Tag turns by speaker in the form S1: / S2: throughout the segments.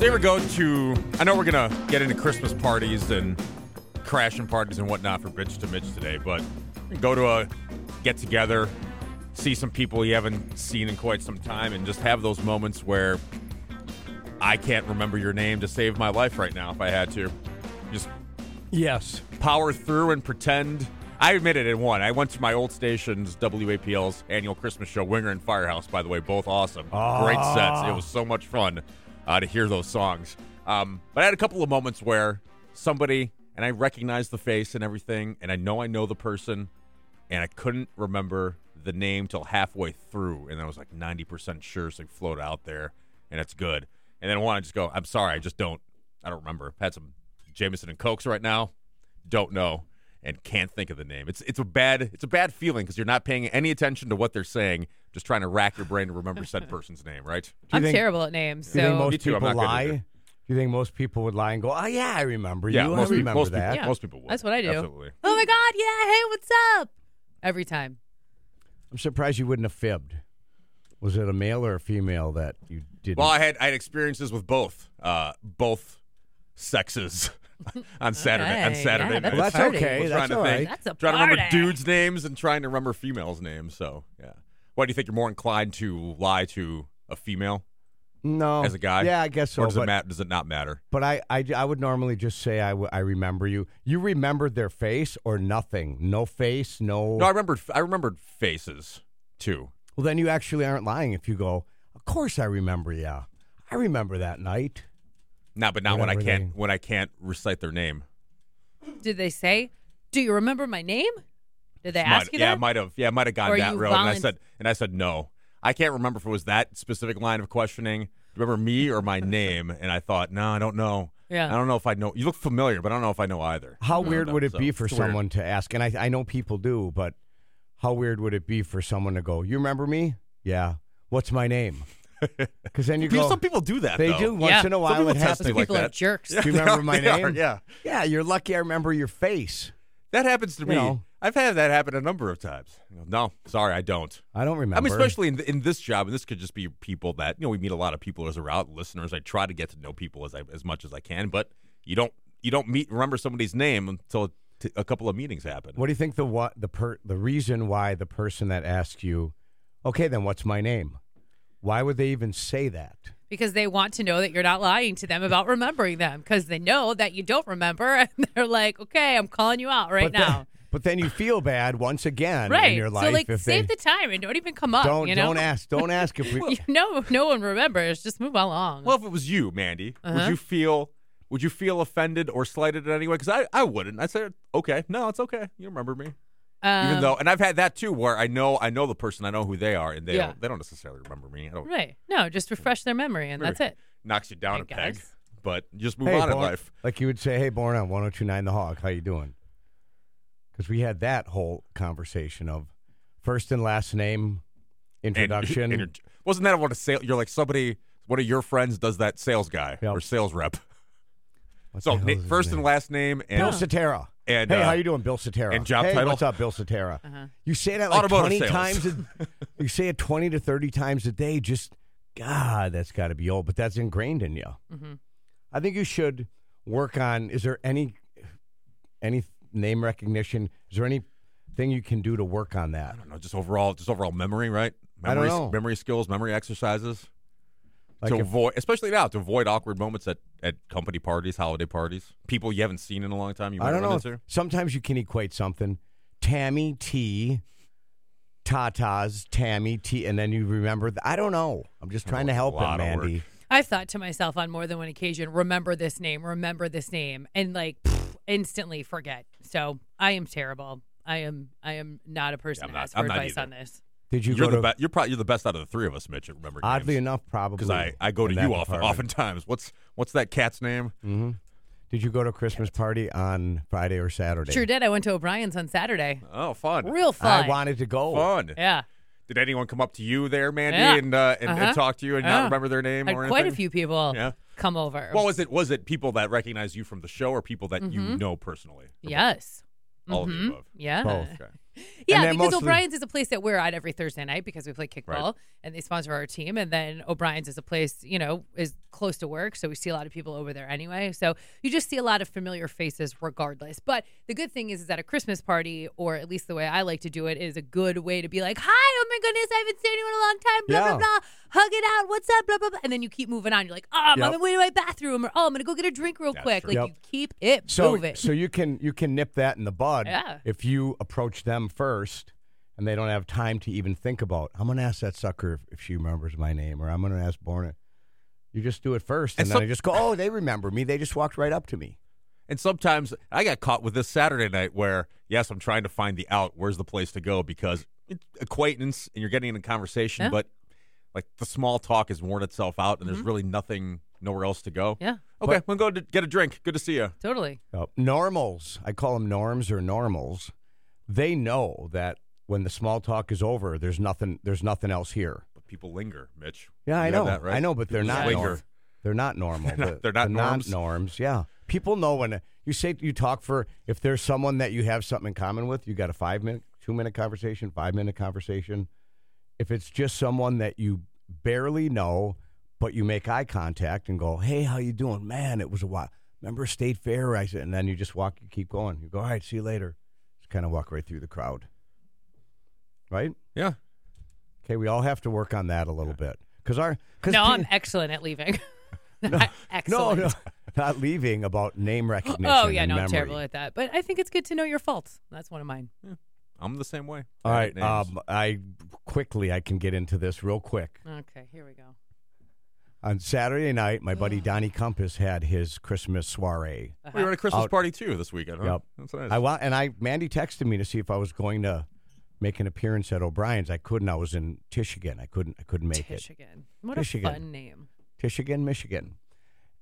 S1: you ever go to? I know we're gonna get into Christmas parties and crashing parties and whatnot for bitch to Mitch today, but go to a get together, see some people you haven't seen in quite some time, and just have those moments where I can't remember your name to save my life right now if I had to. Just
S2: Yes.
S1: power through and pretend. I admit it in one. I went to my old station's WAPL's annual Christmas show, Winger and Firehouse, by the way, both awesome. Great sets. It was so much fun uh, to hear those songs. Um, but I had a couple of moments where somebody, and I recognized the face and everything, and I know I know the person, and I couldn't remember the name till halfway through, and I was like 90% sure something floated out there, and it's good. And then I want to just go, I'm sorry, I just don't, I don't remember. I've had some Jameson and Cokes right now, don't know, and can't think of the name. It's it's a bad it's a bad feeling because you're not paying any attention to what they're saying, just trying to rack your brain to remember said person's name, right?
S2: you
S3: I'm
S2: think-
S3: terrible at names.
S2: Do you think
S3: So
S1: Me
S2: most
S1: too, I'm
S2: people
S1: not good at
S2: lie?
S1: it.
S2: Do you think most people would lie and go, "Oh yeah, I remember you. I
S1: most, peop-
S2: remember
S1: most people,
S2: that."
S3: Yeah.
S1: most people would.
S3: That's what I do.
S1: Absolutely.
S3: oh my god, yeah, hey, what's up? Every time.
S2: I'm surprised you wouldn't have fibbed. Was it a male or a female that you didn't?
S1: Well, I had I had experiences with both uh, both sexes on Saturday on
S3: Okay,
S1: Saturday
S3: yeah,
S1: night.
S3: that's
S2: well, that's
S3: started.
S1: I
S2: okay.
S1: was
S2: That's
S1: trying
S2: all
S1: to
S2: right.
S1: think,
S3: That's a
S1: trying to remember
S3: party.
S1: dudes' names and trying to remember females' names. So yeah, why do you think you're more inclined to lie to a female
S2: No,
S1: as a guy?
S2: Yeah, I guess so.
S1: or does
S2: but
S1: it matter? Does it not matter?
S2: but I, I, I would normally just say I, w- I remember you. You remembered their face or nothing. No face. No.
S1: No, I remembered. I remembered faces too.
S2: well, then you actually aren't lying if you go. Of course, I remember. Yeah, I remember that night.
S1: No, but not when I
S2: Whatever
S1: can't
S2: they-
S1: when I can't recite their name.
S3: Did they say, Do you remember my name? Did they ask
S1: Might-
S3: you
S1: yeah,
S3: that?
S1: might have. Yeah, might have gone
S3: Or
S1: that
S3: you
S1: road. and I
S3: volun-
S1: said, and I said no. I can't remember if it was that specific line of questioning. Remember me or my name? And I thought, no, I don't know.
S3: Yeah.
S1: I don't know if I know. You look familiar, but I don't know if I know either.
S2: How
S1: I
S2: weird
S1: don't
S2: would
S1: know,
S2: it
S1: so
S2: be for
S1: uh, it's weird.
S2: someone to ask? And I, I know people do, but how weird would it be for someone to go, "You remember me? Yeah. What's my name?" Because then you
S1: People-
S2: go,
S1: some people do that.
S2: they
S1: though.
S2: do once
S3: Yeah.
S2: in a
S3: Some
S2: while.
S1: people
S2: It
S1: test
S2: happens.
S3: Those
S1: like
S3: people are
S1: that.
S3: jerks.
S2: Do you
S1: They
S2: remember
S1: are-
S2: my
S1: they are,
S2: name?
S1: yeah.
S2: Yeah, you're lucky. I remember your face.
S1: That happens to me.
S2: know.
S1: I've had that happen a number of times. You know, No, sorry, I don't.
S2: I don't remember.
S1: I mean, especially in, in this job, and this could just be people that you know we meet a lot of people as we're out, listeners. I try to get to know people as I, as much as I can, but you don't you don't meet remember somebody's name until t- a couple of meetings happen.
S2: What do you think the what the per, the reason why the person that asks you, okay, then what's my name? Why would they even say that?
S3: Because they want to know that you're not lying to them about remembering them because they know that you don't remember and they're like, Okay, I'm calling you out right
S2: but
S3: now.
S2: Then, but then you feel bad once again in
S3: right.
S2: your life
S3: so like
S2: if
S3: save
S2: they
S3: the time and don't even come up.
S2: don't
S3: you know?
S2: don't ask don't ask if we
S3: you know no one remembers. Just move along.
S1: Well, if it was you, Mandy, would
S3: Uh-huh.
S1: you feel would you feel offended or slighted in any way? Because I I wouldn't. I said okay, no, it's okay. You remember me,
S3: um,
S1: even though, and I've had that too, where I know I know the person, I know who they are, and they
S3: Yeah.
S1: don't, they don't necessarily remember me. I don't
S3: Right. No, just refresh their memory and that's it.
S1: knocks you down
S3: I
S1: a peg,
S3: guess.
S1: but you just move
S2: Hey,
S1: on in
S2: Born-
S1: life.
S2: Like you would say, "Hey, born on 1029 The Hog, how you doing?" Because we had that whole conversation of first and last name
S1: and- uh,
S2: introduction.
S1: and you're- wasn't that what a sale? You're like somebody, one of your friends does that sales guy
S2: Yep.
S1: or sales rep.
S2: What the
S1: So
S2: hell
S1: na-
S2: is his
S1: first
S2: name?
S1: and last name and
S2: Bill Cetera.
S1: and,
S2: hey,
S1: uh,
S2: how you doing, Bill Cetera?
S1: and job
S2: hey,
S1: title?
S2: What's up, Bill Cetera? You say that like
S1: Automotive
S2: twenty
S1: sales.
S2: times. A, you say it twenty to thirty times a day. Just God, that's got to be old, but that's ingrained in you. I think you should work on. Is there any any name recognition? Is there anything you can do to work on that?
S1: I don't know, just overall, just overall memory, right?
S2: I don't
S1: Memory,
S2: know.
S1: memory skills, memory exercises
S2: Like
S1: to
S2: if-
S1: avoid, especially now, to avoid awkward moments at, at company parties, holiday parties, people you haven't seen in a long time. You might
S2: I don't
S1: run
S2: know.
S1: into.
S2: Sometimes you can equate something. Tammy T, Tata's Tammy T, and then you remember. th- I don't know. I'm just trying to
S1: it's Oh, a
S2: help him,
S1: lot of work.
S2: Mandy.
S3: I've thought to myself on more than one occasion, remember this name, remember this name, and like pff, instantly forget. So I am terrible. I am I am not a person
S1: I'm
S3: to
S1: not-
S3: ask for
S1: I'm not
S3: advice
S1: either.
S3: on this.
S2: Did you
S1: You're
S2: go
S1: the
S2: to?
S1: best. You're probably you're the best out of the three of us, Mitch. At remembering
S2: Oddly enough, probably
S1: because I, I go to
S2: in
S1: you
S2: that
S1: often,
S2: department. Mm.
S1: oftentimes. What's what's that cat's name?
S2: Did you go to a Christmas party on Friday or Saturday?
S3: Sure did. I went to O'Brien's on Saturday.
S1: Oh, fun,
S3: Real fun.
S2: I wanted to go.
S1: fun.
S3: yeah.
S1: Did anyone come up to you there, Mandy,
S3: Yeah.
S1: and, uh, and,
S3: Uh-huh.
S1: and talk to you and
S3: Yeah.
S1: not remember their name
S3: I
S1: or anything?
S3: had quite a few people
S1: Yeah.
S3: come over.
S1: Well, was it was it people that
S3: Mm-hmm.
S1: recognize you from the show or people that you know personally?
S3: yes. Mm-hmm.
S1: All of the above.
S3: Yeah.
S2: Both.
S1: Okay.
S3: Yeah,
S2: then
S3: because
S2: mostly-
S3: O'Brien's is a place that we're at every Thursday night because we play kickball
S1: Right.
S3: and they sponsor our team. And then O'Brien's is a place, you know, is close to work. So we see a lot of people over there anyway. So you just see a lot of familiar faces regardless. But the good thing is, is at a Christmas party, or at least the way I like to do it, is a good way to be like, hi, oh my goodness, I haven't seen you in a long time, blah,
S2: Yeah.
S3: blah, blah. Hug it out. What's up, blah, blah, blah. And then you keep moving on. You're like, oh, I'm
S2: Yep.
S3: on my way to my bathroom, or oh, I'm going to go get a drink real quick.
S1: true.
S2: Yep.
S3: Like, you keep it
S2: So,
S3: moving.
S2: so you can you can nip that in the bud
S3: Yeah.
S2: if you approach them first, and they don't have time to even think about. I'm gonna ask that sucker if, if she remembers my name, or I'm gonna ask Borna. You just do it first, and,
S1: And
S2: then
S1: some-
S2: I just go, "Oh, they remember me. They just walked right up to me."
S1: And sometimes I got caught with this Saturday night where, yes, I'm trying to find the out. Where's the place to go? Because it's acquaintance and you're getting in a conversation,
S3: Yeah. Mm-hmm.
S1: but like the small talk has worn itself out and there's really nothing, nowhere else to go.
S3: yeah,
S1: Okay, we'll go to get a drink. Good to see you.
S3: totally.
S2: Yep. Normals, I call them norms or normals. They know that when the small talk is over, there's nothing. There's nothing else here.
S1: But people linger, Mitch.
S2: Yeah, I
S1: You
S2: know.
S1: that, right?
S2: I know, but they're
S1: People
S2: not.
S1: linger.
S2: norm- They're not normal.
S1: not-
S2: The-
S1: they're not
S2: the
S1: norms?
S2: norms. Yeah, people know when you say you talk for. If there's someone that you have something in common with, you got a five minute, two minute conversation, five minute conversation. If it's just someone that you barely know, but you make eye contact and go, "Hey, how you doing, man? It was a while. Remember State Fair?" I said, and then you just walk, you keep going. You go, "All right, see you later." Just kind of walk right through the crowd, right?
S1: Yeah.
S2: Okay, we all have to work on that a little bit because our because
S3: No, I'm excellent at leaving. excellent.
S2: No, no, not leaving about name recognition.
S3: Oh yeah,
S2: and
S3: no, I'm
S2: memory.
S3: terrible at that. But I think it's good to know your faults. That's one of mine.
S1: I'm the same way.
S2: All right,
S1: Names.
S2: um, I quickly I can get into this real quick.
S3: Okay, here we go.
S2: On Saturday night, my buddy Donnie Compass had his Christmas soiree.
S1: we were at a Christmas
S2: Out-
S1: party too this weekend. Huh?
S2: Yep.
S1: That's nice.
S2: I want, and I Mandy texted me to see if I was going to make an appearance at O'Brien's. I couldn't. I was in Tishigan. I couldn't. I couldn't make it.
S3: Michigan. What a
S2: Michigan.
S3: fun name.
S2: Tishigan, Michigan.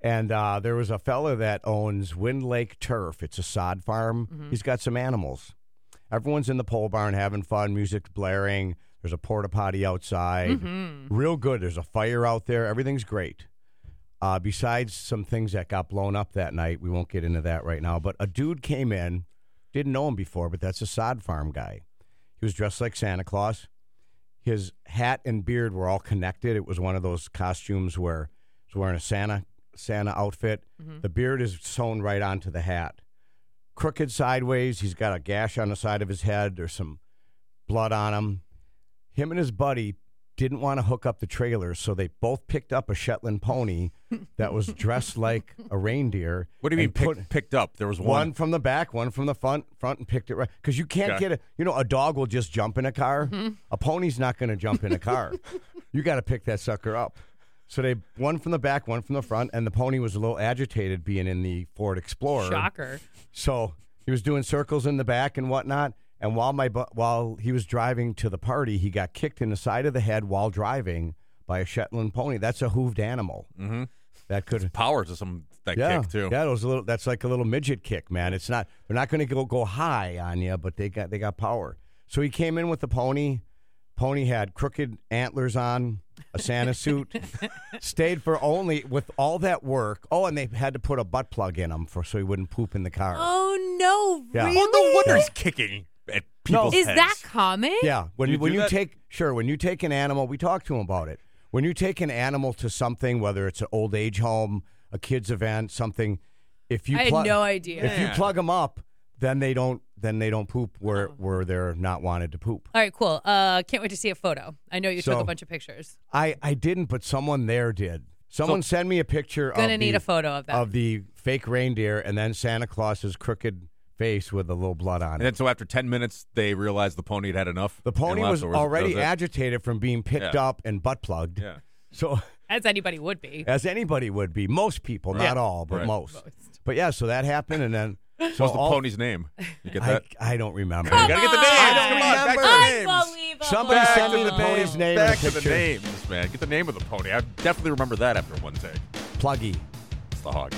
S2: And uh, there was a fella that owns Wind Lake Turf. It's a sod farm. He's got some animals. Everyone's in the pole barn having fun, music's blaring. There's a porta potty outside. Real good. There's a fire out there. Everything's great. Uh, besides some things that got blown up that night, we won't get into that right now. But a dude came in, didn't know him before, but that's a sod farm guy. He was dressed like Santa Claus his hat and beard were all connected. It was one of those costumes where he was wearing a Santa Santa outfit. The beard is sewn right onto the hat. Crooked sideways, he's got a gash on the side of his head. There's some blood on him. Him and his buddy didn't want to hook up the trailers, so they both picked up a Shetland pony that was dressed like a reindeer.
S1: what do you mean
S2: and
S1: pick,
S2: put-
S1: picked up? There was one.
S2: one from the back, one from the front, front, and picked it right. Because you can't
S1: Okay.
S2: get a, you know, a dog will just jump in a car. A pony's not going to jump in a car. you got to pick that sucker up. So they one from the back, one from the front, and the pony was a little agitated being in the Ford Explorer.
S3: Shocker.
S2: So he was doing circles in the back and whatnot. And while my bu- while he was driving to the party, he got kicked in the side of the head while driving by a Shetland pony. That's a hooved animal. Mm-hmm. That could
S1: power to some that kick too.
S2: yeah, those little. That's like a little midget kick, man. It's not. They're not going to go go high on you, but they got they got power. So he came in with the pony. Pony had crooked antlers on, a Santa suit. Stayed for only with all that work. Oh, and they had to put a butt plug in him for so he wouldn't poop in the car.
S3: Oh no,
S2: Yeah.
S3: really?
S2: Well,
S1: No wonder he's kicking at people's
S3: Is
S1: heads.
S3: that common?
S2: Yeah, when
S1: You
S2: you when
S1: do
S2: you
S1: that?
S2: take sure when you take an animal, we talked to him about it. When you take an animal to something, whether it's an old age home, a kids event, something, if you
S3: I had
S2: plug-
S3: no idea.
S2: If you
S1: Yeah.
S2: plug them up, then they don't then they don't poop where
S3: Uh-huh.
S2: where they're not wanted to poop.
S3: All right, cool. Uh, can't wait to see a photo. I know you took
S2: So-
S3: a bunch of pictures.
S2: I I didn't, but someone there did. Someone sent me a picture of
S3: Gonna need
S2: the-
S3: a photo of that.
S2: of the fake reindeer and then Santa Claus's crooked face with a little blood on
S1: And
S2: it.
S1: then so after ten minutes, they realized the pony had had enough.
S2: The
S1: and
S2: pony
S1: left,
S2: was
S1: or it-
S2: already
S1: that was it?
S2: agitated from being picked
S1: Yeah.
S2: up and butt plugged.
S1: Yeah.
S2: So
S3: As anybody would be.
S2: as anybody would be. Most people, not all, but
S1: Right.
S2: most. But yeah, so that happened, and then so
S1: What's the
S2: all-
S1: pony's name? You get
S2: I,
S1: that?
S2: I don't remember.
S1: You gotta get the names.
S3: on.
S1: Come on, back to the names.
S3: Unbelievable.
S2: Somebody
S1: Back
S2: send
S1: to
S2: me the
S1: names.
S2: pony's name
S1: Back
S2: and a
S1: to the
S2: picture.
S1: names, man. Get the name of the pony. I definitely remember that after one take.
S2: Pluggy.
S1: It's the hog.